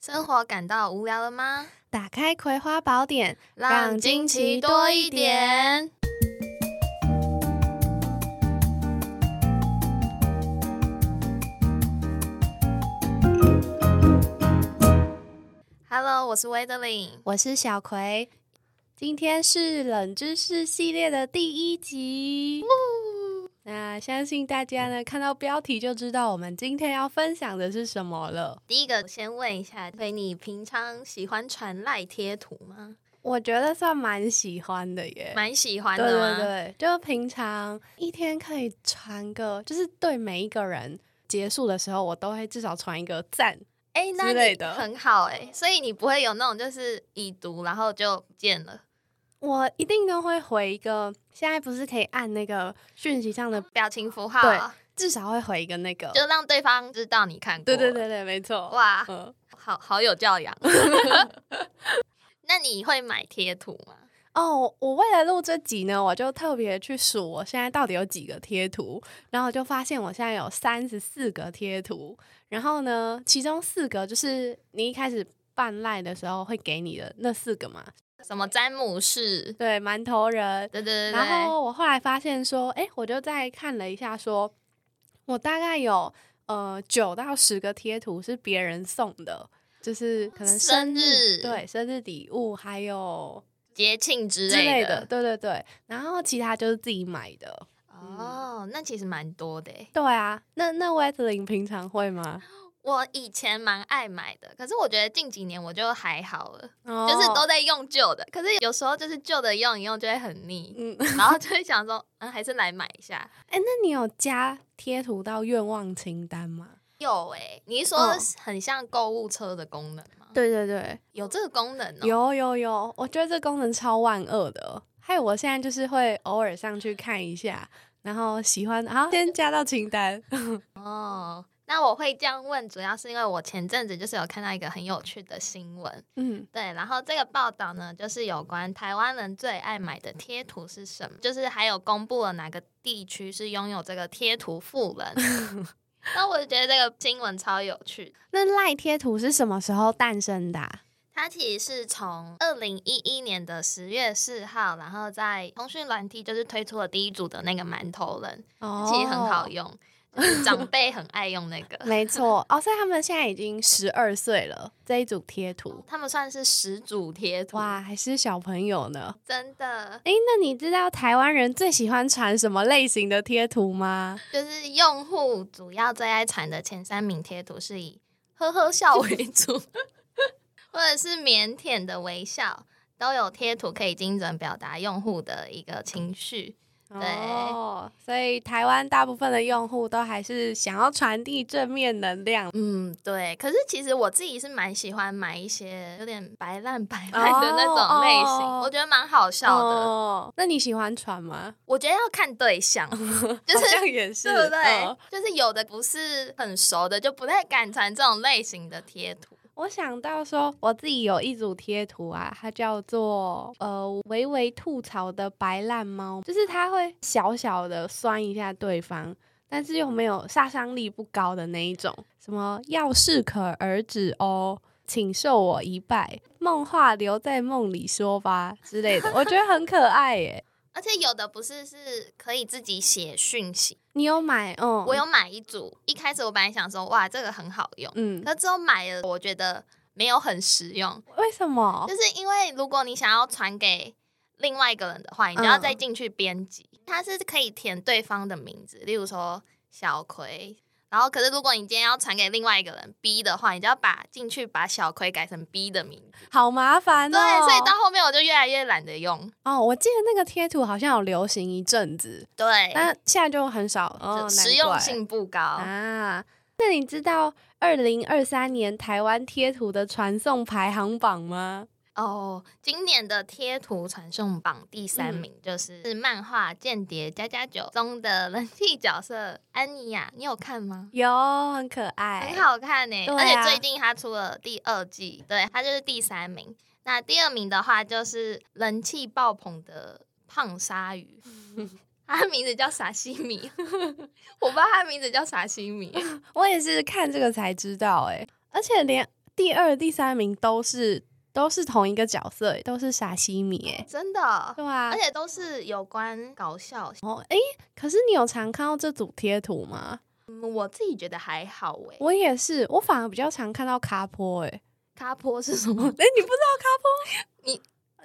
生活感到无聊了吗？打开《葵花宝典》，让惊奇多一点。Hello，我是维德林。我是小葵。今天是冷知识系列的第一集。那相信大家呢，看到标题就知道我们今天要分享的是什么了。第一个，先问一下，所以你平常喜欢传赖贴图吗？我觉得算蛮喜欢的耶，蛮喜欢对的吗？对对，就平常一天可以传个，就是对每一个人结束的时候，我都会至少传一个赞。哎、那之你类的很好哎、所以你不会有那种就是已读然后就不见了我一定都会回一个，现在不是可以按那个讯息上的，表情符号，啊对至少会回一个那个。就让对方知道你看过。对对，对对，没错。哇，嗯，好好有教养。 那你会买贴图吗？哦，我为了录这集呢，我就特别去数我现在到底有几个贴图，然后我就发现我现在有三十四个贴图，然后呢，其中四个就是你一开始办赖的时候会给你的那四个嘛，什么詹姆士？对，馒头人。对对对对，然后我后来发现说，哎，我就再看了一下说，我大概有呃九到十个贴图是别人送的，就是可能生日对生日礼物，还有节庆之之类的，嗯的。对对对。然后其他就是自己买的。哦，那其实蛮多的欸。对啊，那那 Wesley 平常会吗？我以前蛮爱买的，可是我觉得近几年我就还好了，哦就是都在用旧的。可是有时候就是旧的用一用就会很腻，嗯， 然后就会想说，嗯，还是来买一下。哎、那你有加贴图到愿望清单吗？有哎、你是说嗯很像购物车的功能吗？对对对，有这个功能哦、有有有，我觉得这功能超万恶的。还有，我现在就是会偶尔上去看一下，然后喜欢，好先加到清单。 哦，那我会这样问，主要是因为我前阵子就是有看到一个很有趣的新闻，嗯，对，然后这个报道呢，就是有关台湾人最爱买的贴图是什么，就是还有公布了哪个地区是拥有这个贴图富人。那我就觉得这个新闻超有趣，那赖贴图是什么时候诞生的啊、它其实是从二零一一年的十月四号，然后在通讯软体就是推出了第一组的那个馒头人，哦。其实很好用，就是长辈很爱用那个没错，哦，所以他们现在已经十二岁了，这一组贴图，他们算是始祖贴图，哇，还是小朋友呢。真的诶，那你知道台湾人最喜欢传什么类型的贴图吗？就是用户主要最爱传的前三名贴图是以呵呵笑 为主，或者是腼腆的微笑，都有贴图可以精准表达用户的一个情绪。哦，所以台湾大部分的用户都还是想要传递正面能量。嗯，对。可是其实我自己是蛮喜欢买一些有点白烂白烂的那种类型哦哦我觉得蛮好笑的。哦，那你喜欢传吗？我觉得要看对象， 就好是像也是，对不对？嗯就是有的不是很熟的，就不太敢传这种类型的贴图。我想到说，我自己有一组贴图啊，它叫做呃“微微吐槽的白烂猫”，就是它会小小的酸一下对方，但是又没有杀伤力不高的那一种。什么“要适可而止哦”，请受我一拜，梦话留在梦里说吧之类的，我觉得很可爱耶。而且有的不是是可以自己写讯息，你有买？嗯，我有，买一组。一开始我本来想说，哇，这个很好用，嗯，可之后买了，我觉得没有很实用，为什么？就是因为如果你想要传给另外一个人的话，你就要再进去编辑，它是可以填对方的名字，例如说小葵。然后，可是如果你今天要传给另外一个人 B 的话，你就要把进去把小葵改成 B 的名字。好麻烦哦。对，所以到后面我就越来越懒得用。哦，我记得那个贴图好像有流行一阵子，对，但现在就很少，哦就、难哎实用怪性不高。啊。那你知道二零二三年台湾贴图的传送排行榜吗？哦，今年的贴图传送榜第三嗯名就是漫画《间谍加加九》中的人气角色安妮亚，你有看吗？有，很可爱，很好看欸呢、对啊哎而且最近它出了第二季，对，它就是第三名。那第二名的话就是人气爆棚的胖鲨 鱼，它的名字叫沙西 米，我不知道它的名字叫沙西米，我也是看这个才知道、欸，哎，而且连第二、第三名都是都是同一个角色，欸都是傻西米，哎， 真的，哦对啊而。且都是有关搞笑。哦，哎、可是你有常看到这组贴图吗？嗯我自己觉得还好哎、我也是，我反而比较常看到卡坡、 哎，咖坡是什么？哎，你不知道卡坡？你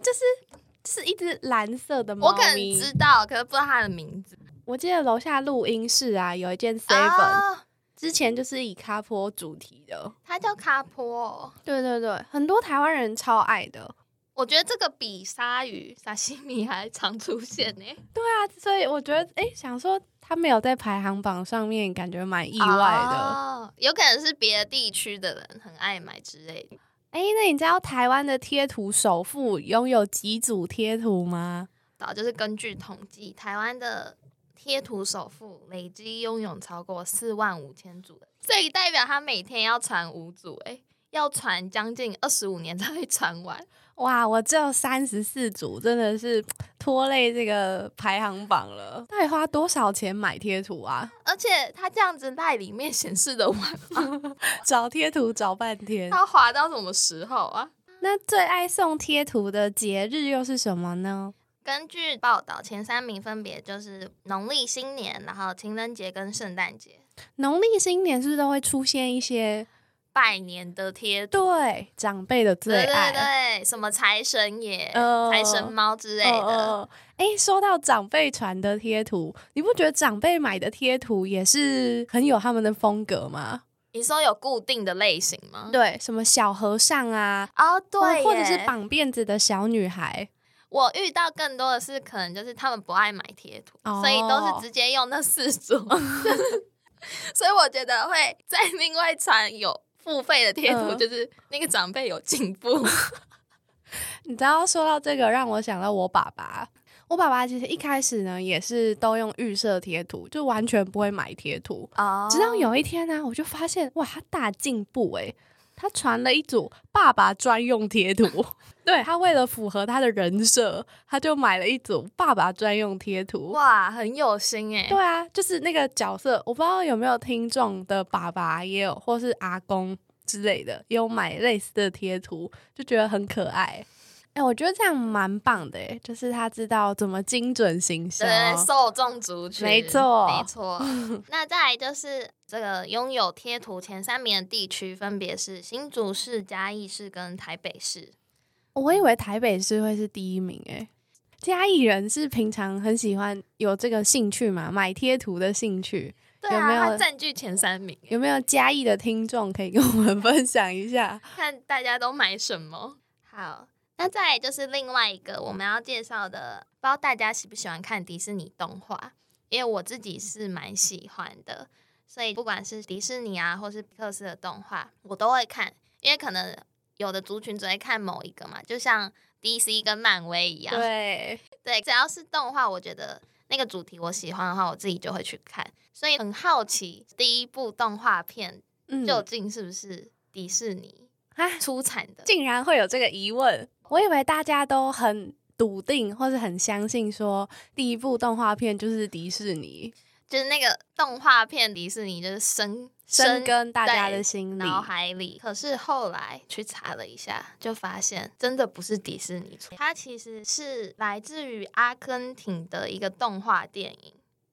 就是是一只蓝色的 猫我可能咪知道，可是不知道它的名字。我记得楼下录音室啊，有一件 seven，、啊，之前就是以卡坡主题的。它叫咖坡哦。对对对，很多台湾人超爱的。我觉得这个比鲨鱼、沙西米还常出现欸呢、对啊，所以我觉得，哎、想说他没有在排行榜上面，感觉蛮意意外的。哦，有可能是别的地区的人很爱买之类的。哎、那你知道台湾的贴图首富拥有几组贴图吗？早就是根据统计，台湾的贴图首富累积拥有超过四万五千组的，所以代表他每天要传五组、欸，要传将近二十五年才会传完。哇，我只有三十四组，真的是拖累这个排行榜了。到底花多少钱买贴图啊？而且他这样子赖里面显示的完，找贴图找半天。他滑到什么时候啊？那最爱送贴图的节日又是什么呢？根据报道，前三名分别就是农历新年，然后情人节跟圣诞节。农历新年是不是都会出现一些拜年的贴图，对长辈的最对爱？对对，什么财神爷、呃财神猫之类嗯的，嗯嗯哎、说到长辈传的贴图，你不觉得长辈买的贴图也是很有他们的风格吗？你说有固定的类型吗？对，什么小和尚啊，哦，或嗯对，或者是。绑辫子的小女孩，我遇到更多的是，可能就是他们不爱买贴图，哦所以都是直接用那四组。 所以我觉得会再另外传有付费的贴图，嗯就是那个长辈有进步。你知道，说到这个，让我想到我爸爸。我爸爸其实一开始呢，也是都用预设贴图，就完全不会买贴图。哦直到有一天呢、我就发现哇，他大进步诶、他传了一组爸爸专用贴图， 对他为了符合他的人设，他就买了一组爸爸专用贴图。哇，很有心哎、对啊，就是那个角色，我不知道有没有听众的爸爸也有，或是阿公之类的，也有买类似的贴图，就觉得很可爱。哎、我觉得这样蛮棒的、诶，就是他知道怎么精准行销。对，受众族群，啊没错没 错。那再来就是这个拥有贴图前三名的地区，分别是新竹市、嘉义市跟台北市。我以为台北市会是第一名诶、嘉义人是平常很喜欢有这个兴趣嘛，买贴图的兴趣。对啊，有没有它占据前三名，有没有嘉义的听众可以跟我们分享一 下？看大家都买什么。好，那再来就是另外一个我们要介绍的，不知道大家喜不喜欢看迪士尼动画，因为我自己是蛮喜欢的，所以不管是迪士尼啊，或是皮克斯的动画，我都会看，因为可能有的族群只会看某一个嘛，就像 DC 跟漫威一样，对，对，只要是动画，我觉得那个主题我喜欢的话，我自己就会去看，所以很好奇第一部动画片嗯，究竟是不是迪士尼啊，出产的？竟然会有这个疑问，我以为大家都很笃定或是很相信说第一部动画片就是迪士尼就是那个动画片迪士尼就是生深根大家的在心里。脑海里。可是后来去查了一下，就发现真的不是迪士尼出，它其实是来自于阿根廷的一个动画电影。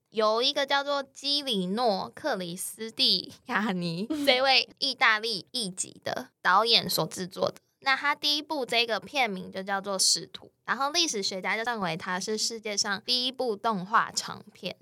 由一个叫做基里诺·克里斯 蒂亚尼 这位意大利裔籍的导演所制作的。那他第一部这个片名就叫做《使徒》，然后历史学家就认为它是世界上第一部动画长片，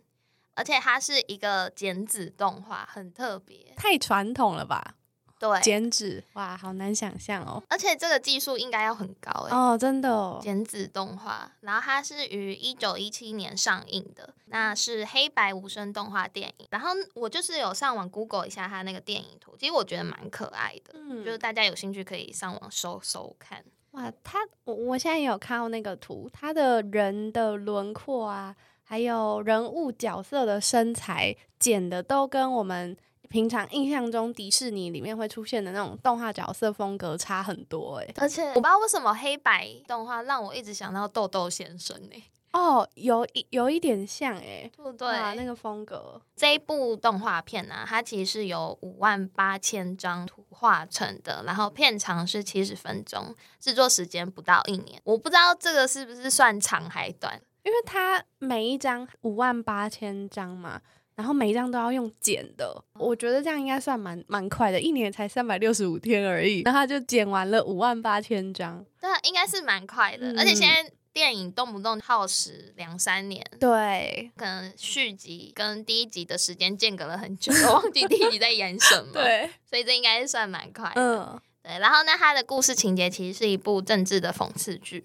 而且它是一个剪纸动画，很特别。太传统了吧？对，剪纸，哇，好难想象哦。而且这个技术应该要很高哎、哦，真的、哦，剪纸动画，然后它是于一九一七年上映的，那是黑白无声动画电影。然后我就是有上网 Google 一下它那个电影图，其实我觉得蛮可爱的，嗯就是大家有兴趣可以上网搜搜看。哇，他我我现在也有看到那个图，他的人的轮廓啊，还有人物角色的身材剪的都跟我们平常印象中迪士尼里面会出现的那种动画角色风格差很多哎、而且我不知道为什么黑白动画让我一直想到豆豆先生呢、哦，有一有一点像哎、对不对？哇，那个风格，这一部动画片呢、它其实是由五万八千张图画成的，然后片长是七十分钟，制作时间不到一年。我不知道这个是不是算长还短，因为它每一张五万八千张嘛，然后每一张都要用剪的，我觉得这样应该算蛮蛮快的，一年才三百六十五天而已，然后他就剪完了五万八千张，对啊，应该是蛮快的。嗯而且现在电影动不动耗时两三年。对可能续集跟第一集的时间间隔了很久，我忘记第一集在演什么，， 对，所以这应该是算蛮快的。嗯，，对，然后呢，它的故事情节其实是一部政治的讽刺剧。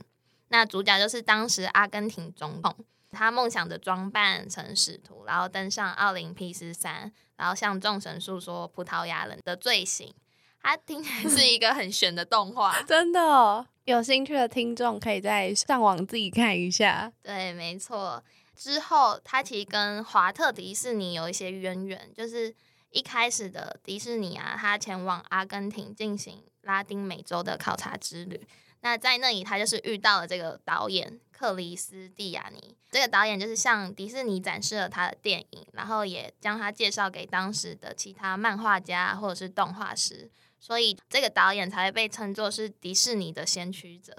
那主角就是当时阿根廷总统，他梦想着装扮成使徒，然后登上奥林匹斯山，然后向众神诉说葡萄牙人的罪行。它听起来是一个很悬的动画真的哦有兴趣的听众可以再上网自己看一下，对，没错。之后，它其实跟华特迪士尼有一些渊源，就是一开始的迪士尼啊，它前往阿根廷进行拉丁美洲的考察之旅。那在那里，他就是遇到了这个导演克里斯蒂亚尼。这个导演就是向迪士尼展示了他的电影，然后也将他介绍给当时的其他漫画家或者是动画师，所以这个导演才会被称作是迪士尼的先驱者。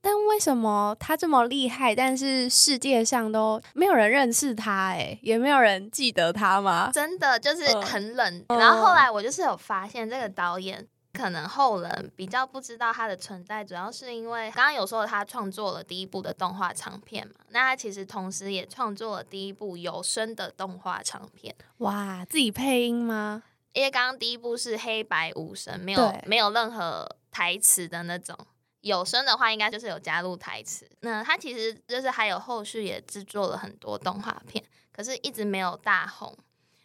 但为什么他这么厉害，但是世界上都没有人认识他、哎，也没有人记得他吗？真的就是嗯很冷。嗯然后后来我就是有发现，这个导演可能后人比较不知道他的存在，主要是因为刚刚有说他创作了第一部的动画长片嘛，那他其实同时也创作了第一部有声的动画长片。哇，自己配音吗？因为刚刚第一部是黑白无声，没有对没有任何台词的那种。有声的话，应该就是有加入台词。那他其实就是还有后续也制作了很多动画片，可是一直没有大红，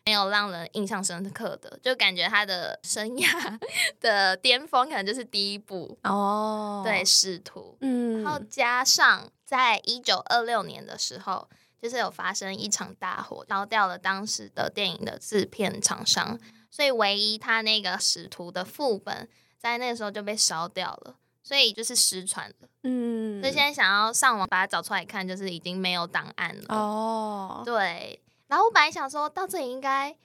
没有让人印象深刻的，就感觉他的生涯 的巅峰可能就是第一部哦，对《使徒》嗯，然后加上在一九二六年的时候，就是有发生一场大火，烧掉了当时的电影的制片厂商，所以唯一他那个使徒的副本在那个时候就被烧掉了。所以就是失传了，嗯，所以现在想要上网把它找出来看，就是已经没有档案了。哦，对，然后我本来想说到这里应该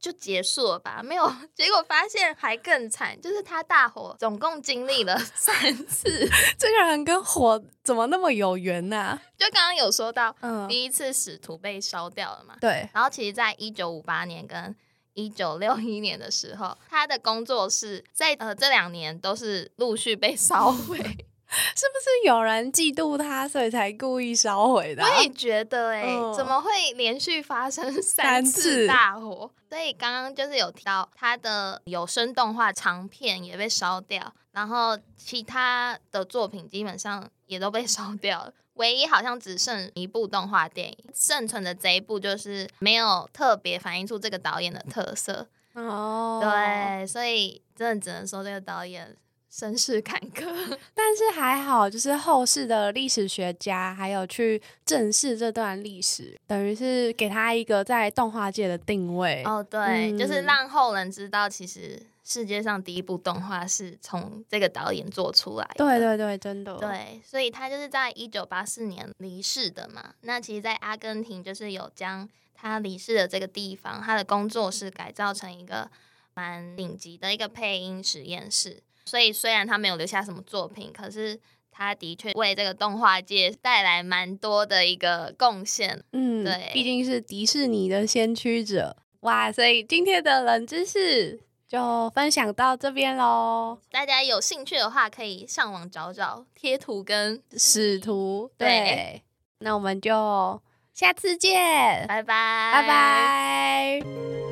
就结束了吧，没有， 结果发现还更惨，就是他大火总共经历了三次。 这个人跟火怎么那么有缘呐、就刚刚有说到，嗯，第一次使徒被烧掉了嘛，对，然后其实，在一九五八年跟一九六一年的时候，他的工作室在呃这两年都是陆续被 烧毁。是不是有人嫉妒他，所以才故意烧毁的啊、我也觉得、欸，哎、嗯怎么会连续发生三三次次大火？所以刚刚就是有提到他的有声动画长片也被烧掉，然后其他的作品基本上也都被烧掉了。 唯一好像只剩一部动画电影，剩存的这一部就是没有特别反映出这个导演的特色，哦，。对，所以真的只能说这个导演身世坎坷。但是还好，就是后世的历史学家还有去正视这段历史，等于是给他一个在动画界的定位。哦，对，就是嗯让后人知道，其实世界上第一部动画是从这个导演做出来的。对对对，真的。，对，所以他就是在一九八四年离世的嘛。那其实，在阿根廷就是有将他离世的这个地方，他的工作室改造成一个蛮顶级的一个配音实验室。所以虽然他没有留下什么作品，可是他的确为这个动画界带来蛮多的一个贡献。嗯，对毕竟是迪士尼的先驱者。哇，所以今天的冷知识就分享到这边喽。大家有兴趣的话，可以上网找找贴图跟使，徒，对对，那我们就下次见，拜拜，拜拜